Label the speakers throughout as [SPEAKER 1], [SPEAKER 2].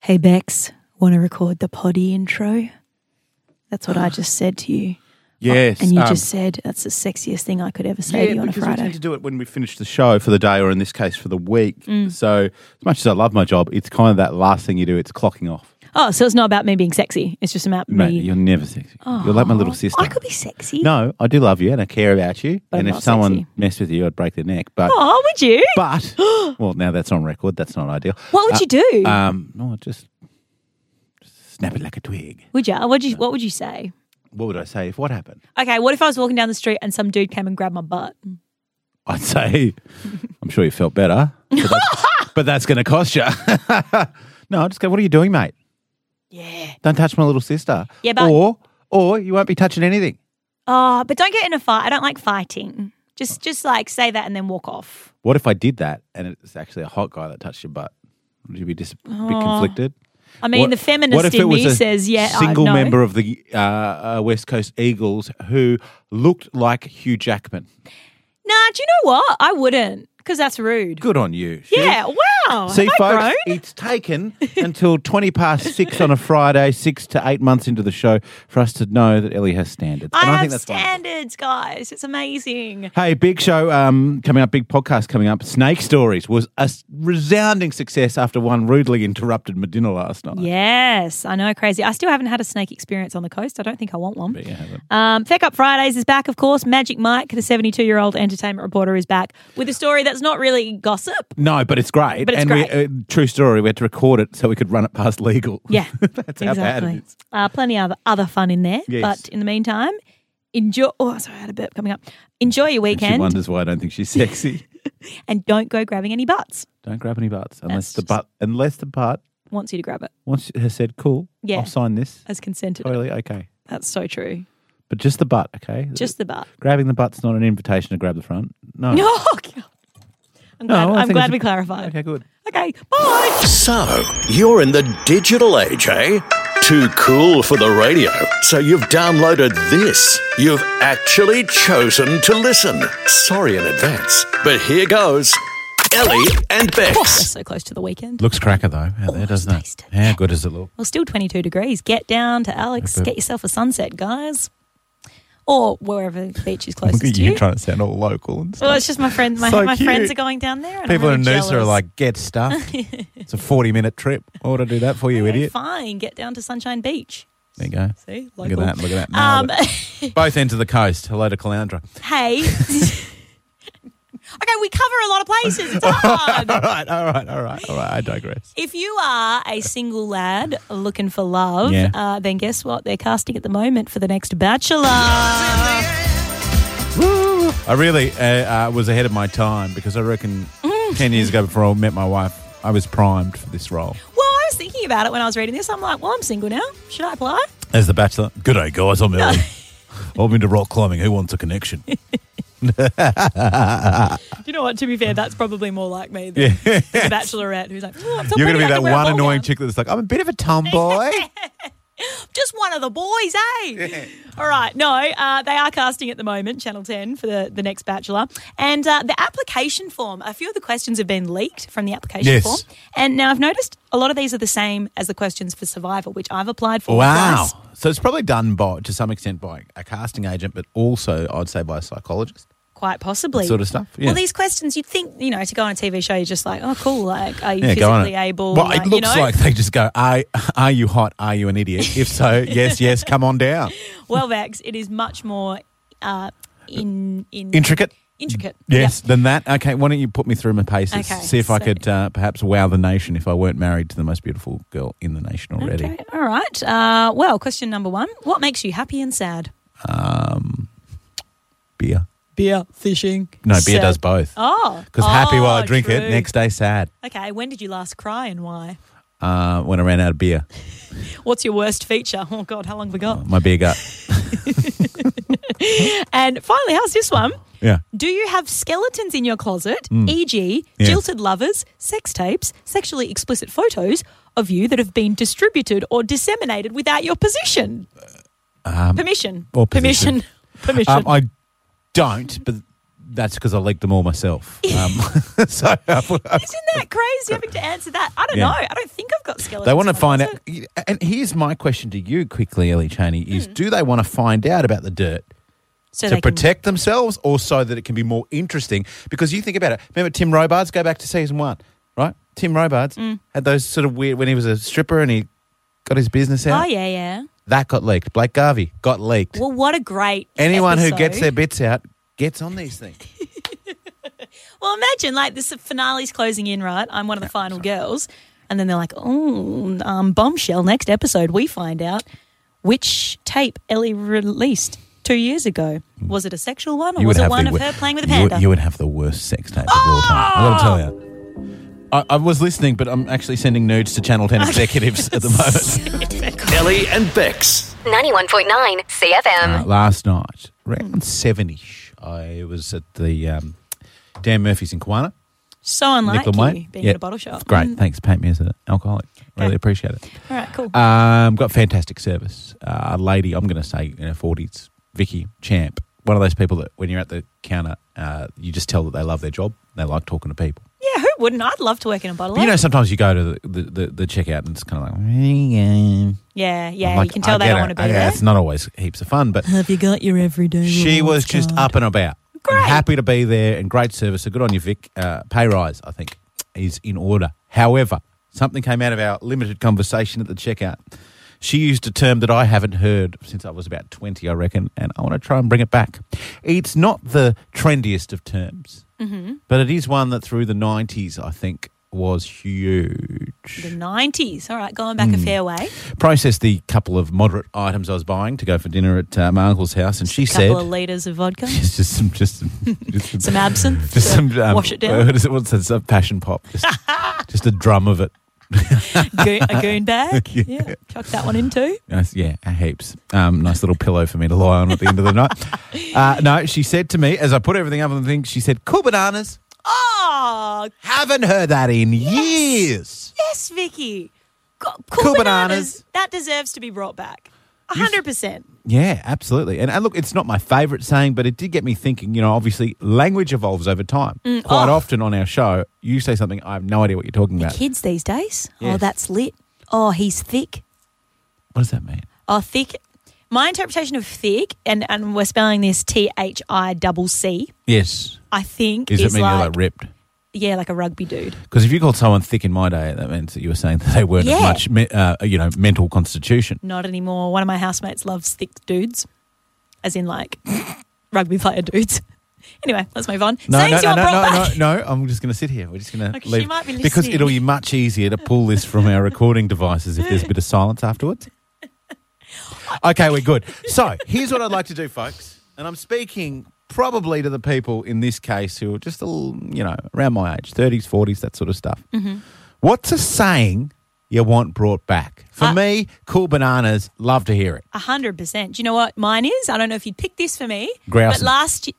[SPEAKER 1] Hey Bex, want to record the potty intro? That's what I just said to you.
[SPEAKER 2] Yes.
[SPEAKER 1] And you
[SPEAKER 2] um,
[SPEAKER 1] just said that's the sexiest thing I could ever say
[SPEAKER 2] yeah,
[SPEAKER 1] to you on a
[SPEAKER 2] because we
[SPEAKER 1] Friday.
[SPEAKER 2] tend to do it when we finish the show for the day, or in this case, for the week.
[SPEAKER 1] Mm.
[SPEAKER 2] So, as much as I love my job, it's kind of that last thing you do. It's clocking off.
[SPEAKER 1] Oh, so it's not about me being sexy. It's just about
[SPEAKER 2] Mate,
[SPEAKER 1] me. Oh,
[SPEAKER 2] you're never sexy. You're like my little sister.
[SPEAKER 1] I could be sexy.
[SPEAKER 2] No, I do love you and I care about you.
[SPEAKER 1] But I'm
[SPEAKER 2] and if
[SPEAKER 1] not
[SPEAKER 2] someone
[SPEAKER 1] sexy.
[SPEAKER 2] messed with you, I'd break their neck. But,
[SPEAKER 1] Oh, would you?
[SPEAKER 2] but, well, now that's on record. That's not ideal.
[SPEAKER 1] What would
[SPEAKER 2] Uh,
[SPEAKER 1] you do?
[SPEAKER 2] Um, no, just, just snap it like a twig.
[SPEAKER 1] would you? What you? What would you say?
[SPEAKER 2] What would I say if what happened?
[SPEAKER 1] Okay, what if I was walking down the street and some dude came and grabbed my butt?
[SPEAKER 2] I'd say, I'm sure you felt better, but that's, but that's going to cost you. no, I just go, what are you doing, mate?
[SPEAKER 1] Yeah.
[SPEAKER 2] Don't touch my little sister.
[SPEAKER 1] Yeah, but-
[SPEAKER 2] or or you won't be touching anything.
[SPEAKER 1] Oh, but don't get in a fight. I don't like fighting. Just, just like say that and then walk off.
[SPEAKER 2] What if I did that and it's actually a hot guy that touched your butt? Would you be dis- be conflicted?
[SPEAKER 1] I mean,
[SPEAKER 2] What-
[SPEAKER 1] the
[SPEAKER 2] what
[SPEAKER 1] feminist
[SPEAKER 2] if it
[SPEAKER 1] in
[SPEAKER 2] was
[SPEAKER 1] me
[SPEAKER 2] a
[SPEAKER 1] says, "Yeah,
[SPEAKER 2] single
[SPEAKER 1] I, no.
[SPEAKER 2] member of the uh, uh, West Coast Eagles who looked like Hugh Jackman?
[SPEAKER 1] Nah, do you know what? I wouldn't, because that's rude.
[SPEAKER 2] Good on you. Stu.
[SPEAKER 1] Yeah. Wow.
[SPEAKER 2] See,
[SPEAKER 1] Have I
[SPEAKER 2] folks,
[SPEAKER 1] grown?
[SPEAKER 2] it's taken until 20 past six on a Friday, six to eight months into the show, for us to know that Ellie has standards.
[SPEAKER 1] I
[SPEAKER 2] and
[SPEAKER 1] have
[SPEAKER 2] I think that's wonderful.
[SPEAKER 1] standards, guys. It's amazing.
[SPEAKER 2] Hey, big show um, coming up, big podcast coming up. Snake Stories was a s- resounding success after one rudely interrupted my dinner last night.
[SPEAKER 1] Yes, I know, crazy. I still haven't had a snake experience on the coast. I don't think I want one.
[SPEAKER 2] But you haven't.
[SPEAKER 1] Um, Feck Up Fridays is back, of course. Magic Mike, the 72 year old entertainment reporter, is back with a story that's not really gossip.
[SPEAKER 2] No, but it's great.
[SPEAKER 1] But it's
[SPEAKER 2] and We,
[SPEAKER 1] great.
[SPEAKER 2] uh, true story, we had to record it so we could run it past legal.
[SPEAKER 1] Yeah.
[SPEAKER 2] That's how bad it is.
[SPEAKER 1] Uh, plenty of other fun in there.
[SPEAKER 2] Yes.
[SPEAKER 1] But in the meantime, enjoy. Oh, sorry, I had a burp coming up. Enjoy your
[SPEAKER 2] She
[SPEAKER 1] weekend
[SPEAKER 2] wonders why I don't think she's sexy.
[SPEAKER 1] and don't go grabbing any butts.
[SPEAKER 2] don't grab any butts
[SPEAKER 1] That's
[SPEAKER 2] unless the
[SPEAKER 1] just-
[SPEAKER 2] butt unless the butt
[SPEAKER 1] Wants you to grab it.
[SPEAKER 2] once has said cool.
[SPEAKER 1] Yeah.
[SPEAKER 2] I'll sign this.
[SPEAKER 1] Has consented.
[SPEAKER 2] Totally okay,
[SPEAKER 1] That's so true.
[SPEAKER 2] but just the butt, okay?
[SPEAKER 1] Just the butt.
[SPEAKER 2] grabbing the butt's not an invitation to grab the front. No.
[SPEAKER 1] No. God. I'm glad,
[SPEAKER 2] Oh. I
[SPEAKER 1] I'm
[SPEAKER 2] think
[SPEAKER 1] glad
[SPEAKER 2] it's-
[SPEAKER 1] we clarified.
[SPEAKER 2] Okay, good.
[SPEAKER 1] Okay, bye.
[SPEAKER 3] So, you're in the digital age, eh? Too cool for the radio. So, you've downloaded this. You've actually chosen to listen. Sorry in advance. But here goes Ellie and
[SPEAKER 1] We're
[SPEAKER 3] Bex.
[SPEAKER 1] so close to the weekend.
[SPEAKER 2] Looks cracker though out
[SPEAKER 1] Oh,
[SPEAKER 2] there, doesn't it?
[SPEAKER 1] tasted.
[SPEAKER 2] How good does it look?
[SPEAKER 1] Well, still 22 degrees. Get down to Alex.
[SPEAKER 2] Okay.
[SPEAKER 1] Get yourself a sunset, guys. Or wherever the beach is closest to you.
[SPEAKER 2] trying to sound all local and
[SPEAKER 1] Well, it's just my friends. My,
[SPEAKER 2] So
[SPEAKER 1] my
[SPEAKER 2] cute.
[SPEAKER 1] friends are going down there. And
[SPEAKER 2] People
[SPEAKER 1] I'm
[SPEAKER 2] in
[SPEAKER 1] really
[SPEAKER 2] Noosa are
[SPEAKER 1] jealous.
[SPEAKER 2] like, get stuffed. it's a 40 minute trip. Why would I do that for you,
[SPEAKER 1] Okay,
[SPEAKER 2] idiot?
[SPEAKER 1] fine. Get down to Sunshine Beach.
[SPEAKER 2] There you go.
[SPEAKER 1] See,
[SPEAKER 2] Look at
[SPEAKER 1] local.
[SPEAKER 2] that. Look at that.
[SPEAKER 1] Um,
[SPEAKER 2] Nailed it. Both ends of the coast. Hello to Caloundra.
[SPEAKER 1] hey. okay, we cover a lot of places. It's hard.
[SPEAKER 2] All right, all right, all right, all right. I digress.
[SPEAKER 1] If you are a single lad looking for love,
[SPEAKER 2] Yeah.
[SPEAKER 1] uh, then guess what? They're casting at the moment for the next Bachelor.
[SPEAKER 2] I really uh, uh, was ahead of my time because I reckon
[SPEAKER 1] Mm.
[SPEAKER 2] 10 years ago before I met my wife, I was primed for this role.
[SPEAKER 1] Well, I was thinking about it when I was reading this. I'm like, well, I'm single now. Should I apply?
[SPEAKER 2] As the bachelor, good day, guys. I'm Ellie. I'm into rock climbing. Who wants a connection?
[SPEAKER 1] Do you know what? To be fair, that's probably more like me than the bachelorette who's like, oh, I feel
[SPEAKER 2] You're going
[SPEAKER 1] pretty,
[SPEAKER 2] to
[SPEAKER 1] I can
[SPEAKER 2] be that
[SPEAKER 1] wear a
[SPEAKER 2] one
[SPEAKER 1] ball
[SPEAKER 2] annoying
[SPEAKER 1] gown."
[SPEAKER 2] chick that's like, I'm a bit of a tomboy.
[SPEAKER 1] Just one of the boys, eh? All right. No, uh, they are casting at the moment, Channel 10, for the, the next Bachelor. And uh, the application form, a few of the questions have been leaked from the application
[SPEAKER 2] Yes.
[SPEAKER 1] form. And now I've noticed a lot of these are the same as the questions for Survivor, which I've applied for.
[SPEAKER 2] Wow.
[SPEAKER 1] twice.
[SPEAKER 2] So it's probably done by, to some extent, by a casting agent, but also I'd say by a psychologist,
[SPEAKER 1] Quite possibly.
[SPEAKER 2] that sort of stuff. Yeah.
[SPEAKER 1] Well, these questions, you'd think, you know, to go on a TV show, you're just like, oh, cool. Like, are you
[SPEAKER 2] yeah, go on
[SPEAKER 1] physically
[SPEAKER 2] it.
[SPEAKER 1] able?
[SPEAKER 2] Well,
[SPEAKER 1] like,
[SPEAKER 2] it looks
[SPEAKER 1] you know?
[SPEAKER 2] like they just go, are, are you hot? Are you an idiot? If so, yes, yes, come on down.
[SPEAKER 1] well, Vex, it is much more uh, in, in
[SPEAKER 2] Intricate?
[SPEAKER 1] intricate.
[SPEAKER 2] Yes,
[SPEAKER 1] Yep.
[SPEAKER 2] Then that. Okay, why don't you put me through my paces?
[SPEAKER 1] Okay,
[SPEAKER 2] See if I
[SPEAKER 1] so-
[SPEAKER 2] could uh, perhaps wow the nation if I weren't married to the most beautiful girl in the nation already.
[SPEAKER 1] Okay. All right. Uh, well, question number one What makes you happy and sad?
[SPEAKER 2] Beer.
[SPEAKER 1] Beer, fishing.
[SPEAKER 2] No, beer does both.
[SPEAKER 1] Oh.
[SPEAKER 2] Because happy while I
[SPEAKER 1] Oh,
[SPEAKER 2] drink
[SPEAKER 1] true.
[SPEAKER 2] it, next day sad
[SPEAKER 1] Okay. When did you last cry and why?
[SPEAKER 2] uh, when I ran out of beer.
[SPEAKER 1] What's your worst feature? Oh, God, how long have we got?
[SPEAKER 2] My beer gut.
[SPEAKER 1] And finally, how's this one?
[SPEAKER 2] Yeah.
[SPEAKER 1] Do you have skeletons in your closet, e.g.,
[SPEAKER 2] Hmm. Yes.
[SPEAKER 1] jilted lovers, sex tapes, sexually explicit photos of you that have been distributed or disseminated without your position? permission.
[SPEAKER 2] Uh, um,
[SPEAKER 1] permission.
[SPEAKER 2] or position.
[SPEAKER 1] Permission.
[SPEAKER 2] Um, I Um, don't, but that's because I leaked them all myself. Um, so I-
[SPEAKER 1] Isn't that crazy having to answer that? I don't
[SPEAKER 2] Yeah.
[SPEAKER 1] know. I don't think I've got skeletons.
[SPEAKER 2] they want to
[SPEAKER 1] on,
[SPEAKER 2] find
[SPEAKER 1] so-
[SPEAKER 2] out. And here's my question to you quickly, Ellie Cheney: Is do they want to find out about the dirt
[SPEAKER 1] so
[SPEAKER 2] to
[SPEAKER 1] Hmm. they can-
[SPEAKER 2] protect themselves or so that it can be more interesting. Because you think about it. Remember Tim Robards? Go back to season one, right? Tim Robards
[SPEAKER 1] Mm.
[SPEAKER 2] had those sort of weird when he was a stripper and he got his business out.
[SPEAKER 1] Oh yeah, yeah.
[SPEAKER 2] That got leaked. Blake Garvey got leaked.
[SPEAKER 1] Well, what a great
[SPEAKER 2] Anyone who
[SPEAKER 1] episode.
[SPEAKER 2] gets their bits out gets on these things.
[SPEAKER 1] Well, imagine like this finale's closing in, right? I'm one of the final girls, and then they're like, "Oh, um, bombshell!" Next episode, we find out which tape Ellie released two years ago. Was it a sexual one, or was it one of her playing with a
[SPEAKER 2] you would-
[SPEAKER 1] panda?
[SPEAKER 2] you would have the worst sex tape of all time. I gotta tell you. I, I was listening, but I'm actually sending nudes to Channel 10 executives at the moment.
[SPEAKER 3] Ellie and Bex.
[SPEAKER 4] 91.9 CFM.
[SPEAKER 2] Uh, last night, around 70-ish, I was at the um, Dan Murphy's in Kiwana.
[SPEAKER 1] so unlike
[SPEAKER 2] Nickel
[SPEAKER 1] you
[SPEAKER 2] Mate.
[SPEAKER 1] being
[SPEAKER 2] Yeah.
[SPEAKER 1] in a bottle shop. Mm.
[SPEAKER 2] Great, thanks. Paint me as an alcoholic. Really
[SPEAKER 1] Okay.
[SPEAKER 2] appreciate it.
[SPEAKER 1] All right, cool.
[SPEAKER 2] Um, got fantastic service. Uh, a lady, I'm going to say in her 40s, Vicky Champ, one of those people that when you're at the counter, uh, you just tell that they love their job. They like talking to people.
[SPEAKER 1] yeah, who wouldn't? I'd love to work in a bottle.
[SPEAKER 2] But you know, sometimes you go to the, the, the, the checkout and it's kind of like, "Mm,
[SPEAKER 1] yeah, yeah.
[SPEAKER 2] I'm like,
[SPEAKER 1] you can tell
[SPEAKER 2] I
[SPEAKER 1] they
[SPEAKER 2] get
[SPEAKER 1] don't
[SPEAKER 2] it.
[SPEAKER 1] want to be
[SPEAKER 2] I get it.
[SPEAKER 1] there.
[SPEAKER 2] It's not always heaps of fun, but
[SPEAKER 1] Have you got your everyday?
[SPEAKER 2] She
[SPEAKER 1] rewards
[SPEAKER 2] was just
[SPEAKER 1] card?
[SPEAKER 2] up and about. and
[SPEAKER 1] Great.
[SPEAKER 2] happy to be there and great service. So good on you, Vic. Uh, pay rise, I think, is in order. However, something came out of our limited conversation at the checkout. She used a term that I haven't heard since I was about 20, I reckon, and I want to try and bring it back. It's not the trendiest of terms,
[SPEAKER 1] Mm-hmm.
[SPEAKER 2] but it is one that through the 90s, I think, was huge.
[SPEAKER 1] The 90s. All right, going back
[SPEAKER 2] Mm.
[SPEAKER 1] a fair way.
[SPEAKER 2] Processed the couple of moderate items I was buying to go for dinner at uh, my uncle's house, and she
[SPEAKER 1] a
[SPEAKER 2] said.
[SPEAKER 1] couple of litres of vodka,
[SPEAKER 2] It's just some, just some, just some,
[SPEAKER 1] some absinthe,
[SPEAKER 2] just
[SPEAKER 1] to
[SPEAKER 2] some um,
[SPEAKER 1] wash it down,
[SPEAKER 2] What is it? What's that? Some passion pop. Just, just a drum of it.
[SPEAKER 1] Goon, a goon bag. yeah. chuck that one in too.
[SPEAKER 2] Nice- yeah, heaps. Um, nice little pillow for me to lie on at the end of the night. Uh, no, she said to me as I put everything up on the thing. She said, "Cool bananas."
[SPEAKER 1] Oh,
[SPEAKER 2] Haven't heard that in years.
[SPEAKER 1] yes, Vicky. Go- Cool,
[SPEAKER 2] Cool
[SPEAKER 1] bananas.
[SPEAKER 2] bananas.
[SPEAKER 1] That deserves to be brought back. A 100%.
[SPEAKER 2] Yeah, absolutely. And, and look, it's not my favourite saying, but it did get me thinking. You know, obviously, language evolves over time. Quite
[SPEAKER 1] oh.
[SPEAKER 2] often on our show, you say something, I have no idea what you're talking about.
[SPEAKER 1] Kids these days. Oh,
[SPEAKER 2] Yes.
[SPEAKER 1] that's lit. Oh, he's thick.
[SPEAKER 2] What does that mean?
[SPEAKER 1] Oh, thick. My interpretation of thick, and, and we're spelling this T H I double C,
[SPEAKER 2] Yes.
[SPEAKER 1] I think
[SPEAKER 2] Does
[SPEAKER 1] is
[SPEAKER 2] it mean
[SPEAKER 1] like,
[SPEAKER 2] you're like ripped?
[SPEAKER 1] yeah, like a rugby dude.
[SPEAKER 2] Because if you called someone thick in my day, that means that you were saying that they weren't
[SPEAKER 1] Yeah.
[SPEAKER 2] as much, me- uh, you know, mental constitution.
[SPEAKER 1] Not anymore. One of my housemates loves thick dudes, as in like rugby player dudes. Anyway, let's move on.
[SPEAKER 2] No,
[SPEAKER 1] Sayings
[SPEAKER 2] no,
[SPEAKER 1] you
[SPEAKER 2] no,
[SPEAKER 1] want
[SPEAKER 2] no,
[SPEAKER 1] brought
[SPEAKER 2] no,
[SPEAKER 1] back.
[SPEAKER 2] no, no. I'm just going to sit here. We're just going to
[SPEAKER 1] Okay, she
[SPEAKER 2] leave
[SPEAKER 1] might be
[SPEAKER 2] because
[SPEAKER 1] listening.
[SPEAKER 2] it'll be much easier to pull this from our recording devices if there's a bit of silence afterwards. Okay, we're good. So here's what I'd like to do, folks, and I'm speaking probably to the people in this case who are just a little, you know, around my age, 30s, 40s, that sort of stuff.
[SPEAKER 1] Mm-hmm.
[SPEAKER 2] What's a saying you want brought back? For
[SPEAKER 1] Uh,
[SPEAKER 2] me, cool bananas. Love to hear it.
[SPEAKER 1] A hundred percent. Do you know what mine is? I don't know if you'd pick this for me.
[SPEAKER 2] Grouse.
[SPEAKER 1] But last year,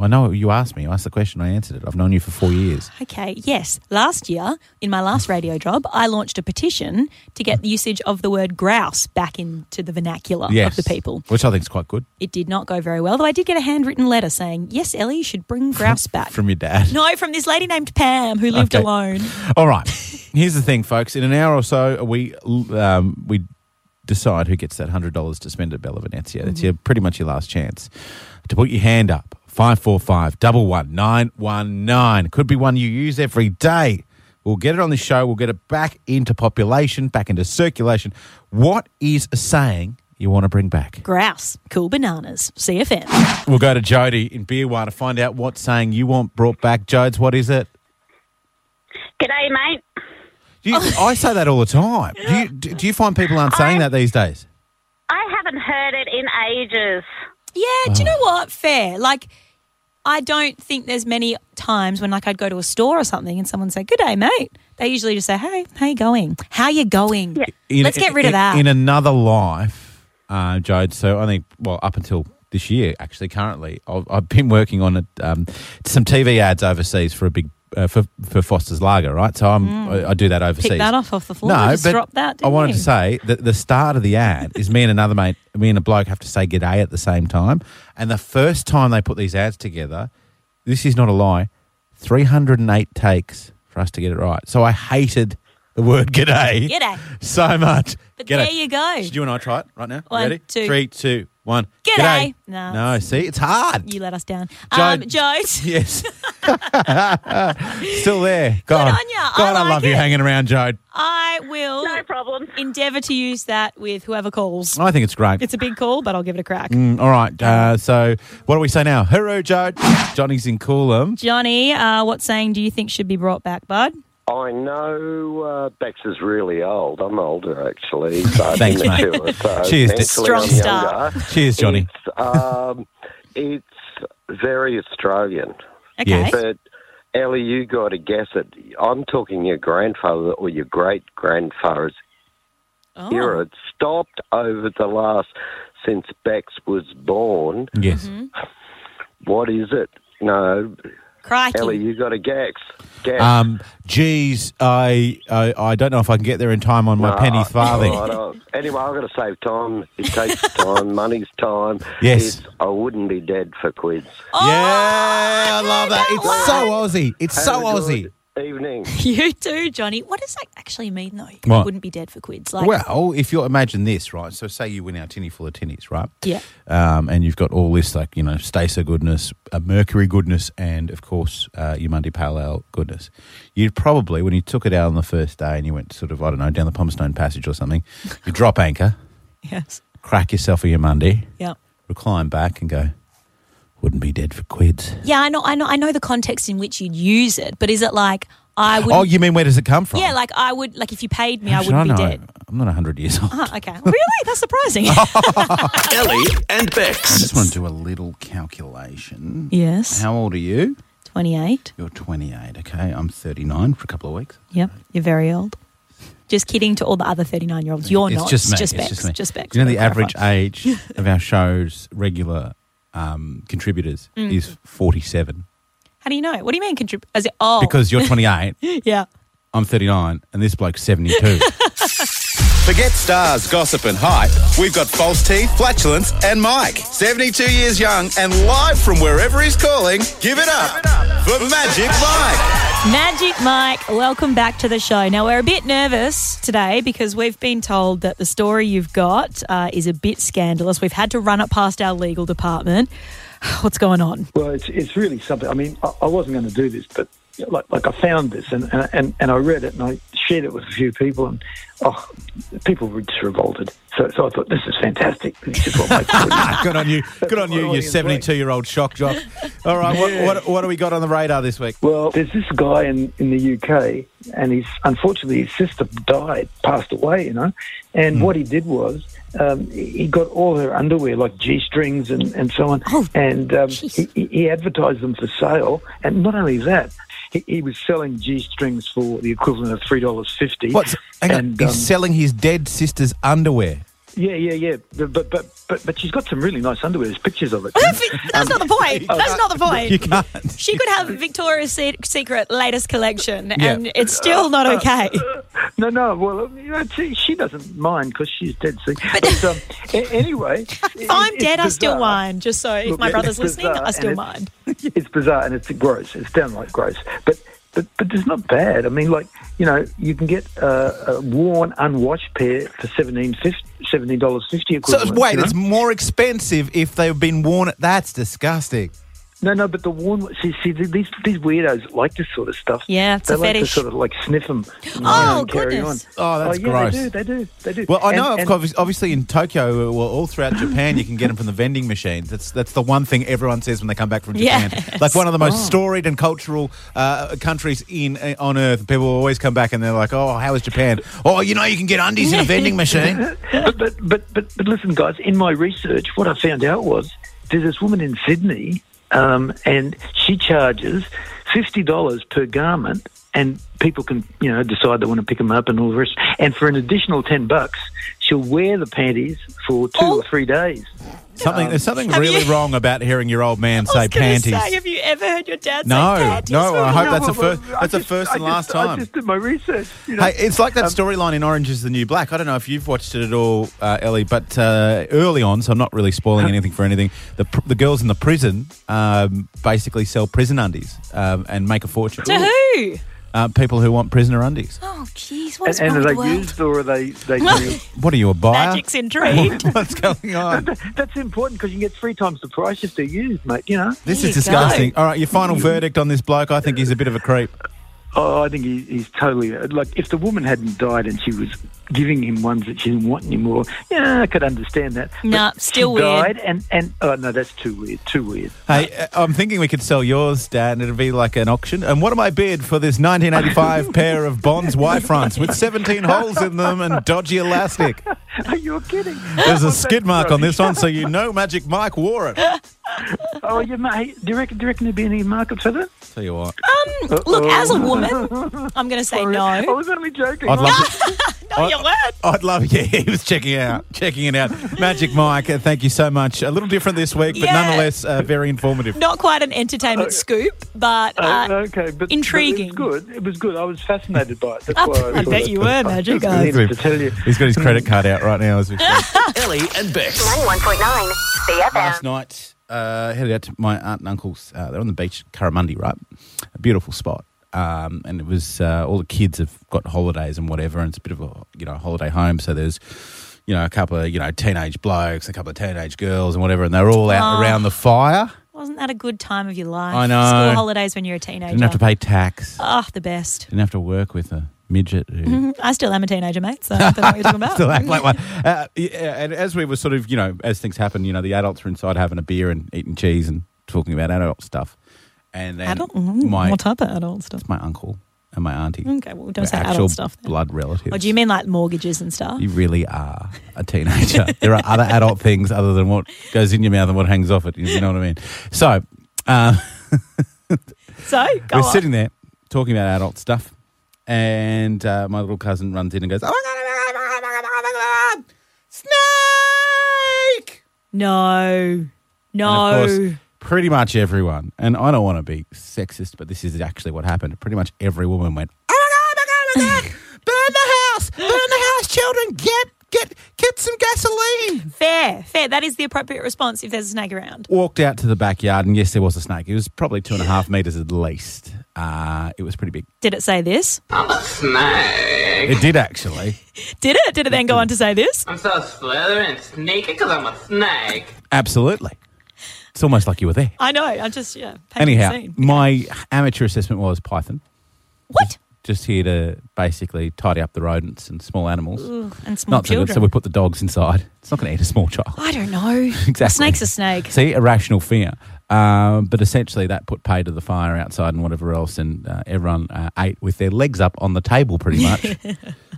[SPEAKER 2] I know you asked me. I asked the question. I answered it. I've known you for four years.
[SPEAKER 1] okay, yes, last year in my last radio job, I launched a petition to get the usage of the word grouse back into the vernacular
[SPEAKER 2] Yes.
[SPEAKER 1] of the people.
[SPEAKER 2] Which I think is quite good.
[SPEAKER 1] It did not go very well, though. I did get a handwritten letter saying, "Yes, Ellie, you should bring grouse back."
[SPEAKER 2] From your dad.
[SPEAKER 1] no, from this lady named Pam who lived
[SPEAKER 2] Okay.
[SPEAKER 1] alone.
[SPEAKER 2] All right. Here's the thing, folks. In an hour or so, we um, we decide who gets that $100 to spend at Bella Venezia.
[SPEAKER 1] Mm-hmm.
[SPEAKER 2] It's your, pretty much your last chance to put your hand up. 545 11919. Could be one you use every day. We'll get it on the show. We'll get it back into population, back into circulation. What is a saying you want to bring back?
[SPEAKER 1] Grouse, cool bananas, CFM.
[SPEAKER 2] We'll go to Jody in Beerwah to find out what saying you want brought back. Jodes, what is it?
[SPEAKER 5] G'day, mate.
[SPEAKER 2] Do you, I say that all the time. Do you, do do you find people aren't saying that these days?
[SPEAKER 5] I haven't heard it in ages.
[SPEAKER 1] Yeah,
[SPEAKER 2] Uh-huh.
[SPEAKER 1] do you know what? Fair. Like, I don't think there's many times when like I'd go to a store or something and someone say, "Good day, mate." They usually just say, "Hey, how you going? How you going?"
[SPEAKER 2] In-
[SPEAKER 1] Let's get rid
[SPEAKER 2] in-
[SPEAKER 1] of that.
[SPEAKER 2] In another life, uh, Jode, so I think, well, up until this year, actually, currently, I've, I've been working on a, um, some TV ads overseas for a big uh, for for Foster's Lager, right? So I'm I, I do that overseas.
[SPEAKER 1] Mm. that off off the floor. You just dropped that,
[SPEAKER 2] I
[SPEAKER 1] didn't
[SPEAKER 2] wanted
[SPEAKER 1] you?
[SPEAKER 2] to say that the start of the ad is me and another mate, me and a bloke have to say g'day at the same time. And the first time they put these ads together, this is not a lie, 308 takes for us to get it right. So I hated the word g'day,
[SPEAKER 1] G'day.
[SPEAKER 2] so much.
[SPEAKER 1] But there you go.
[SPEAKER 2] Should you and I try it right now?
[SPEAKER 1] One,
[SPEAKER 2] Ready?
[SPEAKER 1] two.
[SPEAKER 2] Three, two, one.
[SPEAKER 1] G'day.
[SPEAKER 2] No.
[SPEAKER 1] No.
[SPEAKER 2] no, see, it's hard.
[SPEAKER 1] You let us down.
[SPEAKER 2] Jo-
[SPEAKER 1] Um, Joe.
[SPEAKER 2] Yes. Still there. God,
[SPEAKER 1] on ya. I
[SPEAKER 2] God, I,
[SPEAKER 1] like
[SPEAKER 2] love you
[SPEAKER 1] it.
[SPEAKER 2] hanging around, Jode.
[SPEAKER 1] I will
[SPEAKER 5] No problem.
[SPEAKER 1] endeavour to use that with whoever calls.
[SPEAKER 2] I think it's great.
[SPEAKER 1] It's a big call, but I'll give it a crack.
[SPEAKER 2] Mm, all right. Uh, so, what do we say now? Hooroo, Jode. Johnny's in Coolum.
[SPEAKER 1] Johnny, uh, what saying do you think should be brought back, bud?
[SPEAKER 6] I know uh, Baxter's really old. I'm older, actually. But
[SPEAKER 2] Thanks,
[SPEAKER 6] in the
[SPEAKER 2] mate.
[SPEAKER 6] two of us, so
[SPEAKER 2] Cheers,
[SPEAKER 6] mentally
[SPEAKER 2] Strong
[SPEAKER 6] I'm
[SPEAKER 1] start.
[SPEAKER 6] younger.
[SPEAKER 2] Cheers, Johnny.
[SPEAKER 6] It's, um, it's very Australian.
[SPEAKER 1] Okay.
[SPEAKER 2] Yes.
[SPEAKER 6] But, Ellie, you got to guess it. I'm talking your grandfather or your great grandfather's
[SPEAKER 1] Oh.
[SPEAKER 6] era. It stopped over the last, since Bax was born.
[SPEAKER 1] Mm-hmm.
[SPEAKER 2] Yes.
[SPEAKER 6] What is it? No,
[SPEAKER 1] Crikey.
[SPEAKER 6] Ellie, you got to guess. Guess.
[SPEAKER 2] Um, geez, I, I I don't know if I can get there in time on my
[SPEAKER 6] No,
[SPEAKER 2] penny
[SPEAKER 6] I-
[SPEAKER 2] farthing.
[SPEAKER 6] all right, I'll- anyway, I've got to save time. It takes time. Money's time.
[SPEAKER 2] Yes.
[SPEAKER 6] It's, I wouldn't be dead for quids.
[SPEAKER 1] Oh,
[SPEAKER 2] yeah, I love that. It's so Aussie. It's so
[SPEAKER 6] Have a
[SPEAKER 2] Aussie.
[SPEAKER 6] good Evening.
[SPEAKER 1] You too, Johnny. What does that actually mean, though? You
[SPEAKER 2] What?
[SPEAKER 1] wouldn't be dead for quids. Like,
[SPEAKER 2] Well, if you imagine this, right? So, say you win our tinny full of tinnies, right?
[SPEAKER 1] Yeah.
[SPEAKER 2] Um, and you've got all this, like, you know, Stacer goodness, uh, Mercury goodness, and of course, uh, your Monday Pale Ale goodness. You'd probably, when you took it out on the first day and you went sort of, I don't know, down the Palmerstone Passage or something, you drop anchor,
[SPEAKER 1] yes.
[SPEAKER 2] crack yourself a your Monday,
[SPEAKER 1] Yeah.
[SPEAKER 2] recline back and go, wouldn't be dead for quids.
[SPEAKER 1] Yeah, I know, I know, I know the context in which you'd use it, but is it like I would?
[SPEAKER 2] Oh, you mean where does it come from?
[SPEAKER 1] yeah, like I would, like if you paid me,
[SPEAKER 2] How
[SPEAKER 1] I
[SPEAKER 2] should
[SPEAKER 1] wouldn't be
[SPEAKER 2] know?
[SPEAKER 1] dead.
[SPEAKER 2] I'm not 100 years old.
[SPEAKER 1] Oh, okay, really? That's surprising.
[SPEAKER 2] Oh.
[SPEAKER 3] Ellie and Bex.
[SPEAKER 2] just want to do a little calculation.
[SPEAKER 1] yes,
[SPEAKER 2] How old are you?
[SPEAKER 1] twenty-eight.
[SPEAKER 2] You're 28, okay? I'm 39 for a couple of weeks.
[SPEAKER 1] Yep, you're very old. Just kidding to all the other thirty-nine-year-olds. You're
[SPEAKER 2] it's
[SPEAKER 1] not.
[SPEAKER 2] Just me.
[SPEAKER 1] Just
[SPEAKER 2] it's
[SPEAKER 1] Bex.
[SPEAKER 2] just me.
[SPEAKER 1] Just Bex.
[SPEAKER 2] Do you know
[SPEAKER 1] gotta
[SPEAKER 2] the average
[SPEAKER 1] clarify.
[SPEAKER 2] age of our show's regular um, contributors
[SPEAKER 1] Mm.
[SPEAKER 2] is 47?
[SPEAKER 1] How do you know? What do you mean contribute? As it, oh,
[SPEAKER 2] Because you're 28,
[SPEAKER 1] yeah.
[SPEAKER 2] I'm 39, and this bloke's 72.
[SPEAKER 7] Forget stars, gossip, and hype. We've got false teeth, flatulence, and Mike. 72 years young and live from wherever he's calling. Give it up for Magic Mike.
[SPEAKER 1] Magic Mike, welcome back to the show. Now, we're a bit nervous today because we've been told that the story you've got uh, is a bit scandalous. We've had to run it past our legal department. What's going on?
[SPEAKER 8] Well, it's, it's really something. I mean, I, I wasn't going to do this, but you know, like, like I found this and, and, and, and I read it and I shared it with a few people, and oh, people were just revolted. So, so I thought, this is fantastic. This is what makes it.
[SPEAKER 2] Good on you. Good on you, you 72 year old shock jock. All right, what, what, what do we got on the radar this week?
[SPEAKER 8] Well, there's this guy in, in the UK, and he's unfortunately his sister died, passed away, you know.
[SPEAKER 2] Hmm.
[SPEAKER 8] And what he did was um, he he got all her underwear, like g strings and, and so on,
[SPEAKER 1] Oh,
[SPEAKER 8] and um, he,
[SPEAKER 1] jeez.
[SPEAKER 8] he- he advertised them for sale. And not only that, he, he was selling g strings for the equivalent of three dollars fifty.
[SPEAKER 2] What's, hang on,
[SPEAKER 8] and,
[SPEAKER 2] he's
[SPEAKER 8] um,
[SPEAKER 2] selling his dead sister's underwear.
[SPEAKER 8] yeah, yeah, yeah. But but but but, but she's got some really nice underwear. There's pictures of it.
[SPEAKER 1] Oh, That's not the point. That's not the
[SPEAKER 2] You
[SPEAKER 1] point.
[SPEAKER 2] can't.
[SPEAKER 1] She could have Victoria's Se- Secret latest collection, and
[SPEAKER 2] Yeah.
[SPEAKER 1] it's still not okay.
[SPEAKER 8] No, no. Well, you know, she, she doesn't mind because she's dead. See, but um, a- anyway,
[SPEAKER 1] If I'm dead, I still
[SPEAKER 8] mind.
[SPEAKER 1] mind. Just so if
[SPEAKER 8] Look,
[SPEAKER 1] my
[SPEAKER 8] it's
[SPEAKER 1] brother's listening,
[SPEAKER 8] bizarre
[SPEAKER 1] I still
[SPEAKER 8] and
[SPEAKER 1] mind.
[SPEAKER 8] it's bizarre and it's gross. It's downright gross. But but but it's not bad. I mean, like you know, you can get a, a worn, unwashed pair for seventeen fifty, seventeen dollars fifty
[SPEAKER 2] So,
[SPEAKER 8] equivalent.
[SPEAKER 2] wait,
[SPEAKER 8] you know?
[SPEAKER 2] it's more expensive if they've been worn. That's disgusting.
[SPEAKER 8] no, no. But the worn, see, see, th- these these weirdos like this sort of stuff.
[SPEAKER 1] Yeah, it's
[SPEAKER 8] they
[SPEAKER 1] a
[SPEAKER 8] like
[SPEAKER 1] fetish.
[SPEAKER 8] to sort of like sniff them.
[SPEAKER 1] Oh,
[SPEAKER 8] and carry on.
[SPEAKER 1] goodness.
[SPEAKER 2] Oh, that's
[SPEAKER 8] oh, yeah,
[SPEAKER 2] gross.
[SPEAKER 8] They do, they do, they do.
[SPEAKER 2] Well, I
[SPEAKER 8] And-
[SPEAKER 2] know of
[SPEAKER 8] and-
[SPEAKER 2] course, obviously in Tokyo, uh, well, all throughout Japan, you can get them from the vending machines. That's that's the one thing everyone says when they come back from Japan.
[SPEAKER 1] Yes.
[SPEAKER 2] Like one of the most
[SPEAKER 1] Oh.
[SPEAKER 2] storied and cultural uh, countries in uh, on earth. People always come back and they're like, "Oh, how is Japan? Oh, you know, you can get undies in a vending machine."
[SPEAKER 8] but, but, but, but, but listen, guys, in my research, what I found out was there's this woman in Sydney um, and she charges $50 per garment and people can, you know, decide they want to pick them up and all the rest. And for an additional 10 bucks, she'll wear the panties for two
[SPEAKER 1] Oh.
[SPEAKER 8] or three days.
[SPEAKER 2] Something there's something
[SPEAKER 1] Have
[SPEAKER 2] really
[SPEAKER 1] you-
[SPEAKER 2] wrong about hearing your old man
[SPEAKER 1] I
[SPEAKER 2] say
[SPEAKER 1] was going to
[SPEAKER 2] panties.
[SPEAKER 1] say, have you ever heard your dad
[SPEAKER 2] No,
[SPEAKER 1] say panties?
[SPEAKER 2] no,
[SPEAKER 1] Well,
[SPEAKER 2] I hope that's a
[SPEAKER 8] well, well,
[SPEAKER 2] first.
[SPEAKER 8] I
[SPEAKER 2] That's a
[SPEAKER 8] just-
[SPEAKER 2] first
[SPEAKER 8] I
[SPEAKER 2] and last
[SPEAKER 8] just- I
[SPEAKER 2] time.
[SPEAKER 8] just did my research. You know?
[SPEAKER 2] Hey, it's like that storyline in Orange is the New Black. I don't know if you've watched it at all, uh, Ellie, but uh, early on, so I'm not really spoiling anything for anything. The, pr- the girls in the prison um, basically sell prison undies um, and make a fortune.
[SPEAKER 1] To who?
[SPEAKER 2] Uh, people who want prisoner undies.
[SPEAKER 1] Oh, jeez, what
[SPEAKER 8] and,
[SPEAKER 1] is wrong
[SPEAKER 8] and are
[SPEAKER 1] with the
[SPEAKER 8] they
[SPEAKER 1] world?
[SPEAKER 8] used or are they? they real?
[SPEAKER 2] What are you a buyer?
[SPEAKER 1] Magic's intrigued.
[SPEAKER 2] What's going on?
[SPEAKER 8] That's important because you can get three times the price if they're used, mate. You know.
[SPEAKER 2] This
[SPEAKER 1] There
[SPEAKER 2] is
[SPEAKER 1] you go.
[SPEAKER 2] disgusting. All right, your final verdict on this bloke. I think he's a bit of a creep.
[SPEAKER 8] Oh, I think he, he's totally like if the woman hadn't died and she was giving him ones that she didn't want anymore. Yeah, I could understand that. But
[SPEAKER 1] Nah, still
[SPEAKER 8] she
[SPEAKER 1] weird.
[SPEAKER 8] Died and and oh no, that's too weird. Too weird.
[SPEAKER 2] Hey, uh, I'm thinking we could sell yours, Dan. It'd be like an auction. And what am I bid for this 1985 pair of Bonds Y fronts with 17 holes in them and dodgy elastic?
[SPEAKER 8] Are you kidding?
[SPEAKER 2] There's a skid mark on this one, so you know Magic Mike wore it.
[SPEAKER 8] Oh, you mate. Do you reckon? Do you reckon there'd be any market for that?
[SPEAKER 2] Tell you what,
[SPEAKER 1] Look, as a woman, I'm going to say
[SPEAKER 8] I
[SPEAKER 1] no.
[SPEAKER 8] was only joking.
[SPEAKER 2] I'd love, to,
[SPEAKER 1] No, you weren't.
[SPEAKER 2] I'd love. Yeah, he was checking it out, checking it out. Magic Mike, uh, thank you so much. A little different this week, but
[SPEAKER 1] Yeah.
[SPEAKER 2] nonetheless uh, very informative.
[SPEAKER 1] Not quite an entertainment scoop, but
[SPEAKER 8] Uh,
[SPEAKER 1] uh,
[SPEAKER 8] Oh. okay, but but
[SPEAKER 1] intriguing.
[SPEAKER 8] it was good. It was good. I was fascinated by it. That's why I,
[SPEAKER 1] I bet you were, Magic.
[SPEAKER 8] I
[SPEAKER 1] guys.
[SPEAKER 8] needed to tell you.
[SPEAKER 2] He's got his credit card out right now as we speak.
[SPEAKER 3] Ellie and Bex.
[SPEAKER 4] 91.9
[SPEAKER 2] last
[SPEAKER 4] CFM.
[SPEAKER 2] night, uh, headed out to my aunt and uncle's. Uh, they're on the beach, Curramundi, right? A beautiful spot. Um, and it was uh, all the kids have got holidays and whatever, and it's a bit of a you know holiday home. So there's you know a couple of you know teenage blokes, a couple of teenage girls, and whatever, and they're all out around the fire.
[SPEAKER 1] Wasn't that a good time of your life?
[SPEAKER 2] I know.
[SPEAKER 1] School holidays when you're a teenager.
[SPEAKER 2] Didn't have to pay tax.
[SPEAKER 1] Oh, the best.
[SPEAKER 2] Didn't have to work with a midget. Who,
[SPEAKER 1] I still am a teenager, mate, so I don't know what you're talking about.
[SPEAKER 2] Still act like one. Uh, yeah, and as we were sort of, you know, as things happen, you know, the adults are inside having a beer and eating cheese and talking about adult stuff. And then
[SPEAKER 1] Adult? Mm,
[SPEAKER 2] my
[SPEAKER 1] what type of adult stuff?
[SPEAKER 2] my uncle and my auntie.
[SPEAKER 1] Okay, well, don't
[SPEAKER 2] were
[SPEAKER 1] say
[SPEAKER 2] actual
[SPEAKER 1] adult stuff. then.
[SPEAKER 2] Blood relatives.
[SPEAKER 1] Or Oh, do you mean like mortgages and stuff?
[SPEAKER 2] You really are a teenager. there are other adult things other than what goes in your mouth and what hangs off it. You know what I mean? So um,
[SPEAKER 1] so, go
[SPEAKER 2] we're
[SPEAKER 1] on.
[SPEAKER 2] sitting there talking about adult stuff, and uh, my little cousin runs in and goes, "Oh my god! Oh my god! Oh my god! Oh my god! Oh my god! Snake!"
[SPEAKER 1] no.
[SPEAKER 2] And of
[SPEAKER 1] No.
[SPEAKER 2] course, pretty much everyone, and I don't want to be sexist, but this is actually what happened. Pretty much every woman went, "Oh my god! Oh my god! Oh my god! burn the house! Burn the house, children! Get get get some gasoline!"
[SPEAKER 1] Fair, fair. That is the appropriate response if there's a snake around.
[SPEAKER 2] Walked out to the backyard, and yes, there was a snake. It was probably two and a half meters at least. Uh, it was pretty big.
[SPEAKER 1] Did it say this?
[SPEAKER 2] It did actually.
[SPEAKER 1] Did it? Did it then go on to say this?
[SPEAKER 9] I'm so slithering and sneaky because I'm a snake.
[SPEAKER 2] Absolutely. It's almost like you were there.
[SPEAKER 1] I know. I just, yeah. painting the
[SPEAKER 2] Anyhow,
[SPEAKER 1] scene.
[SPEAKER 2] my amateur assessment was Python.
[SPEAKER 1] What?
[SPEAKER 2] Just here to basically tidy up the rodents and small animals.
[SPEAKER 1] And small
[SPEAKER 2] Not so
[SPEAKER 1] children.
[SPEAKER 2] good. So we put the dogs inside. It's not going to eat a small child.
[SPEAKER 1] I don't know.
[SPEAKER 2] Exactly.
[SPEAKER 1] A snake's a snake.
[SPEAKER 2] See, irrational fear. Um, but essentially, that put pay to the fire outside and whatever else, and uh, everyone uh, ate with their legs up on the table pretty much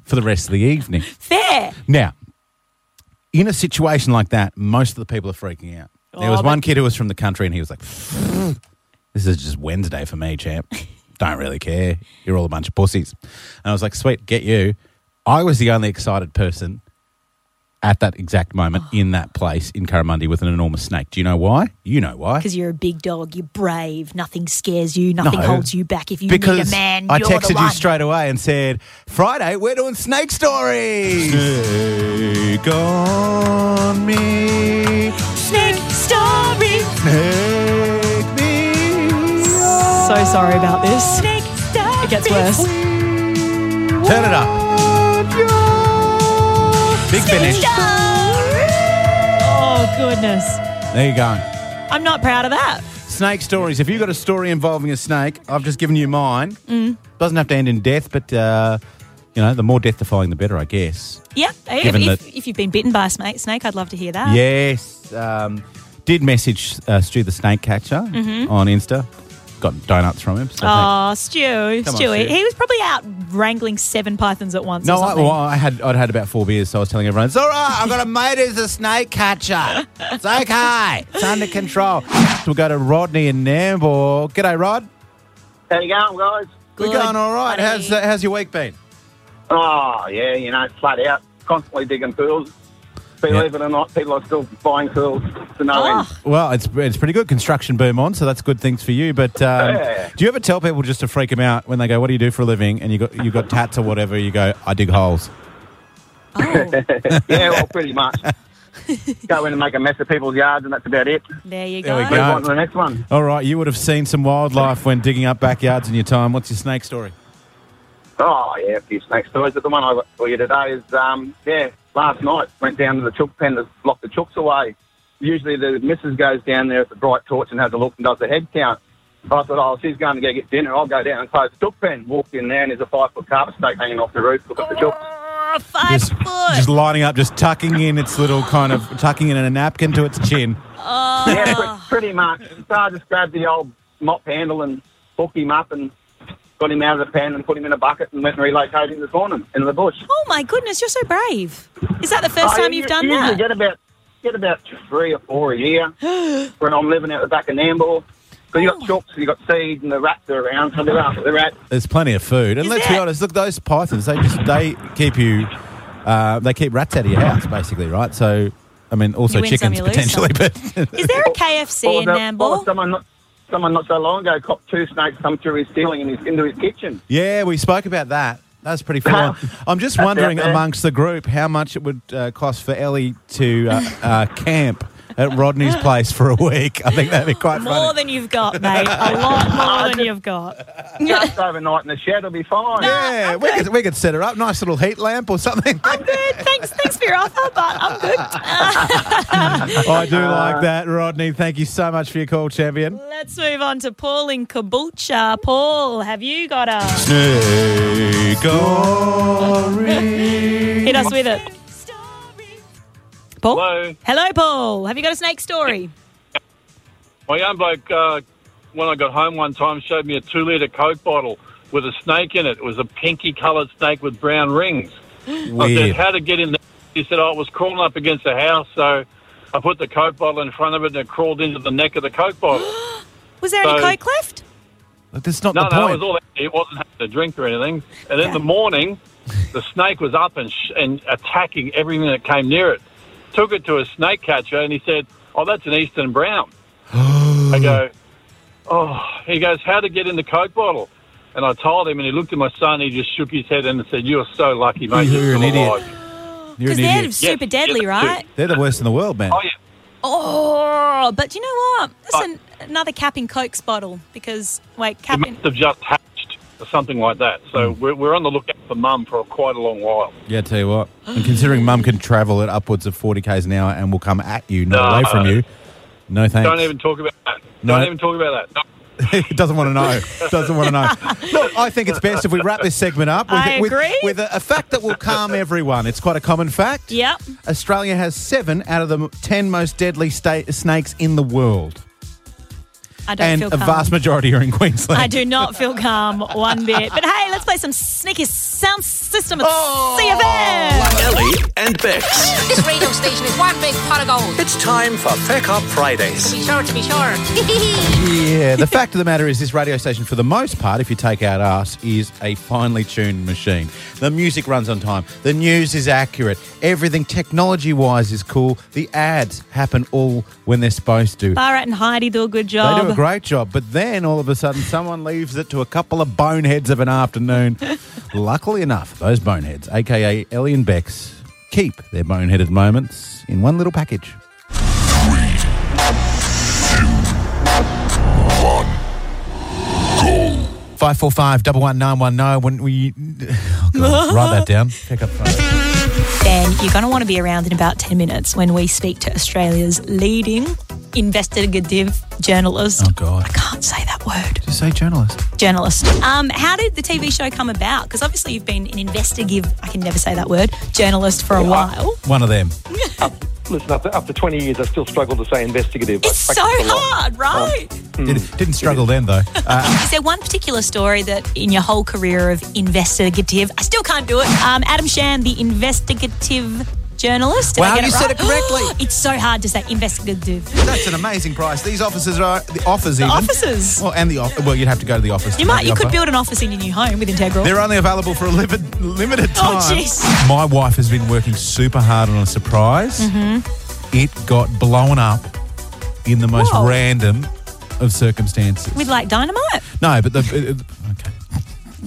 [SPEAKER 2] for the rest of the evening.
[SPEAKER 1] Fair.
[SPEAKER 2] Now, in a situation like that, most of the people are freaking out. There was
[SPEAKER 1] Oh,
[SPEAKER 2] one kid who was from the country and he was like, This is just Wednesday for me, champ. Don't really care. You're all a bunch of pussies. And I was like, Sweet, get you. I was the only excited person at that exact moment in that place in Curramundi with an enormous snake. Do you know why? You know why.
[SPEAKER 1] Because you're a big dog, you're brave, nothing scares you, nothing
[SPEAKER 2] No.
[SPEAKER 1] holds you back. If you need
[SPEAKER 2] Because
[SPEAKER 1] a man,
[SPEAKER 2] I
[SPEAKER 1] you're
[SPEAKER 2] texted
[SPEAKER 1] the one.
[SPEAKER 2] you straight away and said, Friday, we're doing snake stories. Snake on me.
[SPEAKER 1] Snake story.
[SPEAKER 2] Take me.
[SPEAKER 1] So sorry about this. Snake story. It gets worse.
[SPEAKER 2] Turn it up. Big finish.
[SPEAKER 1] Oh goodness.
[SPEAKER 2] There you go.
[SPEAKER 1] I'm not proud of that.
[SPEAKER 2] Snake stories. If you've got a story involving a snake, I've just given you mine. Doesn't have to end in death, but uh, you know, the more death defying, the better, I guess.
[SPEAKER 1] Yeah. If,
[SPEAKER 2] Given
[SPEAKER 1] if,
[SPEAKER 2] that-
[SPEAKER 1] if you've been bitten by a snake, snake, I'd love to hear that.
[SPEAKER 2] Yes. Um, did message uh, Stu the snake catcher on Insta. Got donuts from him. So thank-
[SPEAKER 1] Oh, Stew,
[SPEAKER 2] Come on,
[SPEAKER 1] Stewie.
[SPEAKER 2] Stu.
[SPEAKER 1] He was probably out wrangling seven pythons at once. or
[SPEAKER 2] No, I,
[SPEAKER 1] something.
[SPEAKER 2] well, I had I'd had about four beers, so I was telling everyone, "It's all right. I've got a mate who's a snake catcher. It's okay. It's under control." So we go to Rodney in Nambour. G'day, Rod.
[SPEAKER 10] How you going, guys?
[SPEAKER 2] We're
[SPEAKER 1] Good,
[SPEAKER 2] going all right.
[SPEAKER 1] buddy.
[SPEAKER 2] How's uh, how's your week been?
[SPEAKER 10] Ah, Oh, yeah, you know, flat out, constantly digging pools. Believe it or not, people are still buying tools to no
[SPEAKER 1] Ah. Oh,
[SPEAKER 10] end.
[SPEAKER 2] Well, it's it's pretty good construction boom on, so that's good things for you. But um,
[SPEAKER 10] Yeah.
[SPEAKER 2] do you ever tell people just to freak them out when they go, "What do you do for a living?" And you got you got tats or whatever. You go, "I dig holes."
[SPEAKER 1] oh.
[SPEAKER 10] yeah, well, pretty much. Go in and make a mess of people's yards, and that's about it.
[SPEAKER 1] There you
[SPEAKER 2] There we
[SPEAKER 10] Move
[SPEAKER 2] go.
[SPEAKER 10] on to the next one.
[SPEAKER 2] All right, you would have seen some wildlife when digging up backyards in your time. What's your snake story?
[SPEAKER 10] Oh, yeah, a few snake stories. But the one I got for you today is, um, yeah, last night went down to the chook pen to block the chooks away. Usually the missus goes down there with the bright torch and has a look and does the head count. Uh, I thought, oh, she's going to go get dinner. I'll go down and close the chook pen. Walked in there and there's a five foot carpet snake hanging off the roof. Look at the chooks.
[SPEAKER 1] Oh, five
[SPEAKER 2] Just-
[SPEAKER 1] foot.
[SPEAKER 2] Just lining up, just tucking in its little kind of tucking in a napkin to its chin.
[SPEAKER 10] Yeah,
[SPEAKER 1] Oh.
[SPEAKER 10] pre- pretty much. So I just grabbed the old mop handle and hooked him up and got him out of the pen and put him in a bucket and went and relocated him this morning into the bush.
[SPEAKER 1] Oh my goodness, you're so brave. Is that the first
[SPEAKER 10] Oh,
[SPEAKER 1] time
[SPEAKER 10] you-
[SPEAKER 1] you've done
[SPEAKER 10] you usually
[SPEAKER 1] that?
[SPEAKER 10] Get about get about three or four a year when I'm living out the back of Nambour.
[SPEAKER 1] Oh.
[SPEAKER 10] So you got chooks, you got seeds, and the rats are around. So they're after the rats.
[SPEAKER 2] There's plenty of food, and
[SPEAKER 1] Is
[SPEAKER 2] let's be
[SPEAKER 1] it?
[SPEAKER 2] honest. Look, those pythons they just they keep you. Uh, they keep rats out of your house, basically, right? So, I mean, also
[SPEAKER 1] You win some,
[SPEAKER 2] chickens
[SPEAKER 1] you lose
[SPEAKER 2] potentially, but
[SPEAKER 1] Is there a KFC
[SPEAKER 10] Or
[SPEAKER 1] in
[SPEAKER 10] the- or
[SPEAKER 1] Nambour?
[SPEAKER 10] someone not someone not so long ago copped two snakes come through his ceiling and his, into his kitchen.
[SPEAKER 2] Yeah, we spoke about that. That's pretty full on. I'm just
[SPEAKER 10] That's
[SPEAKER 2] wondering
[SPEAKER 10] out there.
[SPEAKER 2] amongst the group how much it would uh, cost for Ellie to uh, uh, camp at Rodney's place for a week. I think that'd be quite
[SPEAKER 1] More
[SPEAKER 2] funny.
[SPEAKER 1] than you've got, mate. A lot more than you've got.
[SPEAKER 10] Just overnight in the shed, will be fine.
[SPEAKER 2] yeah, we could, we could set her up. Nice little heat lamp or something.
[SPEAKER 1] I'm good. Thanks, thanks for your offer, but I'm good.
[SPEAKER 2] I do like that, Rodney. Thank you so much for your call, champion.
[SPEAKER 1] Let's move on to Paul in Caboolture. Paul, have you got a hit us with it? Paul.
[SPEAKER 11] Hello.
[SPEAKER 1] Hello, Paul. Have you got a snake story?
[SPEAKER 11] My young bloke, uh, when I got home one time, showed me a two litre Coke bottle with a snake in it. It was a pinky coloured snake with brown rings. I said,
[SPEAKER 2] Weird.
[SPEAKER 11] How to get in there? He said, Oh, it was crawling up against the house. So I put the Coke bottle in front of it and it crawled into the neck of the Coke bottle.
[SPEAKER 1] Was there any
[SPEAKER 11] So-
[SPEAKER 1] coke left?
[SPEAKER 2] But that's not
[SPEAKER 11] no,
[SPEAKER 2] the
[SPEAKER 11] no, it
[SPEAKER 2] point.
[SPEAKER 11] was all empty. It wasn't having a drink or anything. And in the morning, the snake was up and, sh- and attacking everything that came near it. Took it to a snake catcher and he said, Oh, that's an Eastern Brown. I go, Oh, he goes, How to get in the Coke bottle? And I told him, and he looked at my son, he just shook his head and said, You're so lucky, mate.
[SPEAKER 2] You're an
[SPEAKER 11] still
[SPEAKER 2] idiot.
[SPEAKER 11] alive."
[SPEAKER 2] You're
[SPEAKER 1] Because
[SPEAKER 2] an
[SPEAKER 1] they're
[SPEAKER 2] idiot.
[SPEAKER 1] super
[SPEAKER 11] Yes,
[SPEAKER 1] deadly,
[SPEAKER 11] yes,
[SPEAKER 1] right?
[SPEAKER 2] They're the worst in the world, man.
[SPEAKER 11] Oh, yeah.
[SPEAKER 1] Oh, but you know what? That's
[SPEAKER 11] But-
[SPEAKER 1] an, another cap in Coke's bottle because, wait,
[SPEAKER 11] He
[SPEAKER 1] cap in.
[SPEAKER 11] must have just hatched or something like that. So we're, we're on the lookout for mum for quite a long while.
[SPEAKER 2] Yeah, tell you what. And considering Mum can travel at upwards of forty k's an hour and will come at you, not
[SPEAKER 11] No.
[SPEAKER 2] away from you. No thanks.
[SPEAKER 11] Don't even talk about that.
[SPEAKER 2] No.
[SPEAKER 11] Don't even talk about that. No.
[SPEAKER 2] doesn't want to know. Doesn't want to know. Look, I think it's best if we wrap this segment up with,
[SPEAKER 1] I
[SPEAKER 2] with,
[SPEAKER 1] agree.
[SPEAKER 2] with a, a fact that will calm everyone. It's quite a common fact.
[SPEAKER 1] Yep.
[SPEAKER 2] Australia has seven out of the m- ten most deadly sta- snakes in the world,
[SPEAKER 1] I don't
[SPEAKER 2] and
[SPEAKER 1] feel
[SPEAKER 2] a
[SPEAKER 1] calm.
[SPEAKER 2] vast majority are in Queensland.
[SPEAKER 1] I do not feel calm one bit. But hey, let's play some sneaky sound system at CFM.
[SPEAKER 3] Ellie and Bex.
[SPEAKER 12] This radio station is one big pot of gold.
[SPEAKER 3] It's time for Feck Up Fridays.
[SPEAKER 12] To be sure, to be sure.
[SPEAKER 2] Yeah, the fact of the matter is, this radio station, for the most part, if you take out us, is a finely tuned machine. The music runs on time, the news is accurate, everything technology wise is cool, the ads happen all when they're supposed to.
[SPEAKER 1] Barrett and Heidi do a good job.
[SPEAKER 2] They do a great job, but then all of a sudden, someone leaves it to a couple of boneheads of an afternoon. Luckily enough, those boneheads, aka Ellie and Bex, keep their boneheaded moments in one little package. Five four five double one nine one nine. When we oh God, write that down, pick up. phone.
[SPEAKER 1] Ben, you're going to want to be around in about 10 minutes when we speak to Australia's leading investigative journalist.
[SPEAKER 2] Oh God,
[SPEAKER 1] I can't say that word.
[SPEAKER 2] just say journalist.
[SPEAKER 1] Journalist. Um, how did the TV show come about? Because obviously you've been an investigative, I can never say that word, journalist for a while.
[SPEAKER 2] One of them.
[SPEAKER 13] Listen, after, after 20 years, I still struggle to say investigative.
[SPEAKER 1] It's so
[SPEAKER 2] Um,
[SPEAKER 1] hard, right?
[SPEAKER 2] Did, didn't struggle then though. Uh,
[SPEAKER 1] Is there one particular story that in your whole career of investigative, I still can't do it, um, Adam Shan, the investigative Journalist? Did
[SPEAKER 7] Wow,
[SPEAKER 1] I get
[SPEAKER 7] you
[SPEAKER 1] it
[SPEAKER 7] said
[SPEAKER 1] right?
[SPEAKER 7] it correctly.
[SPEAKER 1] it's so hard to say investigative.
[SPEAKER 7] That's an amazing price. These offices are the offers. The even.
[SPEAKER 1] offices.
[SPEAKER 7] Well, and the off- well, you'd have to go to the office. to
[SPEAKER 1] You
[SPEAKER 7] get
[SPEAKER 1] might,
[SPEAKER 7] the
[SPEAKER 1] you could
[SPEAKER 7] offer.
[SPEAKER 1] build an office in your new home with Integral.
[SPEAKER 7] They're only available for a limited, limited time.
[SPEAKER 1] Oh, jeez.
[SPEAKER 2] My wife has been working super hard on a surprise.
[SPEAKER 1] Mm-hmm.
[SPEAKER 2] It got blown up in the most
[SPEAKER 1] Whoa.
[SPEAKER 2] random of circumstances.
[SPEAKER 1] With like dynamite.
[SPEAKER 2] No, but the it- it- okay.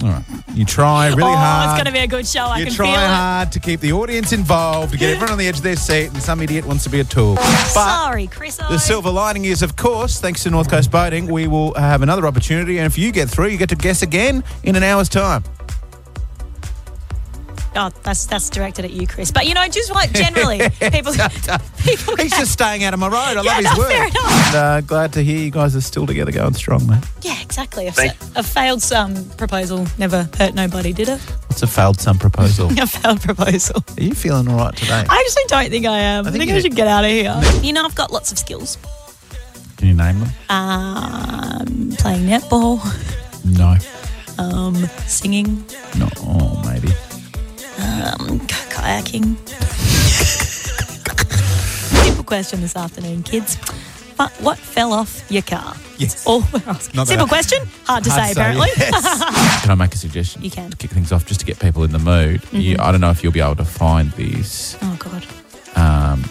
[SPEAKER 2] All right, you try really
[SPEAKER 1] oh,
[SPEAKER 2] hard.
[SPEAKER 1] it's going to be a good show. I
[SPEAKER 2] you
[SPEAKER 1] can
[SPEAKER 2] try
[SPEAKER 1] feel
[SPEAKER 2] hard to keep the audience involved, to get everyone on the edge of their seat, and some idiot wants to be a tool.
[SPEAKER 1] it.
[SPEAKER 2] But
[SPEAKER 1] Sorry, Chris.
[SPEAKER 2] the silver lining is, of course, thanks to North Coast Boating, we will have another opportunity. And if you get through, you get to guess again in an hour's time.
[SPEAKER 1] Oh, that's that's directed at you, Chris. But you know, just like generally, people. people
[SPEAKER 2] He's just staying out of my road. I
[SPEAKER 1] Yeah,
[SPEAKER 2] love
[SPEAKER 1] no,
[SPEAKER 2] his work.
[SPEAKER 1] fair enough.
[SPEAKER 2] And, uh, glad to hear you guys are still together going strong, mate.
[SPEAKER 1] Yeah, exactly. A,
[SPEAKER 2] Thank-
[SPEAKER 1] a failed um, proposal never hurt nobody, did it?
[SPEAKER 2] What's a failed son proposal?
[SPEAKER 1] a failed proposal.
[SPEAKER 2] Are you feeling all right today?
[SPEAKER 1] I actually don't think I am. I think,
[SPEAKER 2] you
[SPEAKER 1] I
[SPEAKER 2] do.
[SPEAKER 1] should get out of here. You know, I've got lots of skills.
[SPEAKER 2] Can you name them?
[SPEAKER 1] Um, playing netball,
[SPEAKER 2] No.
[SPEAKER 1] um, singing,
[SPEAKER 2] No. Oh, maybe.
[SPEAKER 1] um, kayaking. Simple question this afternoon, kids. But what fell off your car?
[SPEAKER 2] Yes.
[SPEAKER 1] All we're asking.
[SPEAKER 2] Not that
[SPEAKER 1] Simple
[SPEAKER 2] I-
[SPEAKER 1] question, hard to
[SPEAKER 2] Hard
[SPEAKER 1] say
[SPEAKER 2] to say,
[SPEAKER 1] apparently.
[SPEAKER 2] yes. Can I make a suggestion?
[SPEAKER 1] You can.
[SPEAKER 2] To kick things off, just to get people in the mood. You,
[SPEAKER 1] Mhm.
[SPEAKER 2] I don't know if you'll be able to find these.
[SPEAKER 1] oh God.
[SPEAKER 2] Um,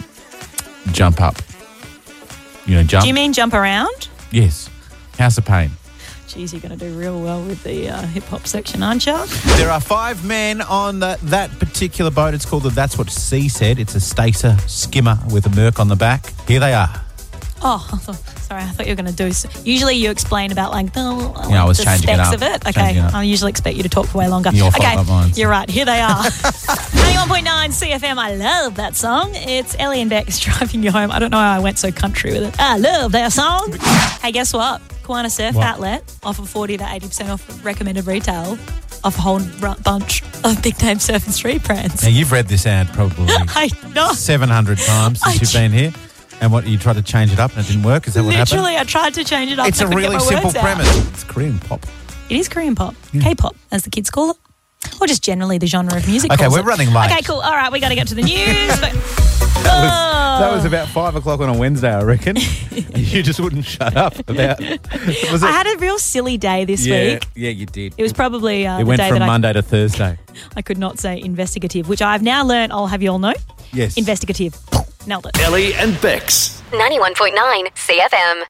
[SPEAKER 2] jump up. You know, jump.
[SPEAKER 1] Do you mean jump around?
[SPEAKER 2] Yes. House of Pain.
[SPEAKER 1] Geez, you're going to do real well with the uh, hip hop section, aren't you?
[SPEAKER 2] There are five men on the, that particular boat. It's called the That's What C Said. It's a Stacer skimmer with a Merc on the back. Here they are.
[SPEAKER 1] Oh, I thought- sorry. I thought you were going to do. s Usually, you explain about like the, like
[SPEAKER 2] Yeah, I was
[SPEAKER 1] the
[SPEAKER 2] changing it
[SPEAKER 1] specs
[SPEAKER 2] up,
[SPEAKER 1] of it. Okay,
[SPEAKER 2] changing it up.
[SPEAKER 1] I usually expect you to talk for way longer.
[SPEAKER 2] Your fault,
[SPEAKER 1] okay,
[SPEAKER 2] not mine.
[SPEAKER 1] you're right. Here they are. 91.9 CFM. I love that song. It's Ellie and Beck's driving you home. I don't know how I went so country with it. I love that song. Hey, guess what? Kiwana Surf
[SPEAKER 14] What?
[SPEAKER 1] Outlet offer 40 to 80 percent off recommended retail of a whole r- bunch of big name surf and street brands.
[SPEAKER 2] Now, you've read this ad probably
[SPEAKER 1] I know.
[SPEAKER 2] 700 times
[SPEAKER 1] I
[SPEAKER 2] since you've
[SPEAKER 1] ju-
[SPEAKER 2] been here. And what, you tried to change it up and it didn't work? Is that what happened?
[SPEAKER 1] Literally, I tried to change it up.
[SPEAKER 2] It's
[SPEAKER 1] and I
[SPEAKER 2] a
[SPEAKER 1] couldn't get
[SPEAKER 2] really
[SPEAKER 1] my
[SPEAKER 2] simple
[SPEAKER 1] words out.
[SPEAKER 2] premise. It's Korean pop.
[SPEAKER 1] It is Korean pop, K-pop, as the kids call it, or just generally the genre of music.
[SPEAKER 2] Okay,
[SPEAKER 1] calls
[SPEAKER 2] we're
[SPEAKER 1] it.
[SPEAKER 2] running late.
[SPEAKER 1] Okay, cool. All right, we got to get to the news. but-
[SPEAKER 2] That was
[SPEAKER 1] Oh.
[SPEAKER 2] about five o'clock on a Wednesday, I reckon. you just wouldn't shut up about. Was
[SPEAKER 1] I had a real silly day this
[SPEAKER 2] yeah,
[SPEAKER 1] week.
[SPEAKER 2] yeah, you did.
[SPEAKER 1] It was probably uh,
[SPEAKER 2] it
[SPEAKER 1] the
[SPEAKER 2] went
[SPEAKER 1] day
[SPEAKER 2] from
[SPEAKER 1] that I,
[SPEAKER 2] Monday to Thursday.
[SPEAKER 1] I could not say investigative, which I've now learned. I'll have you all know.
[SPEAKER 2] Yes.
[SPEAKER 1] Investigative. Nailed it.
[SPEAKER 3] Ellie and Bex.
[SPEAKER 4] 91.9 CFM.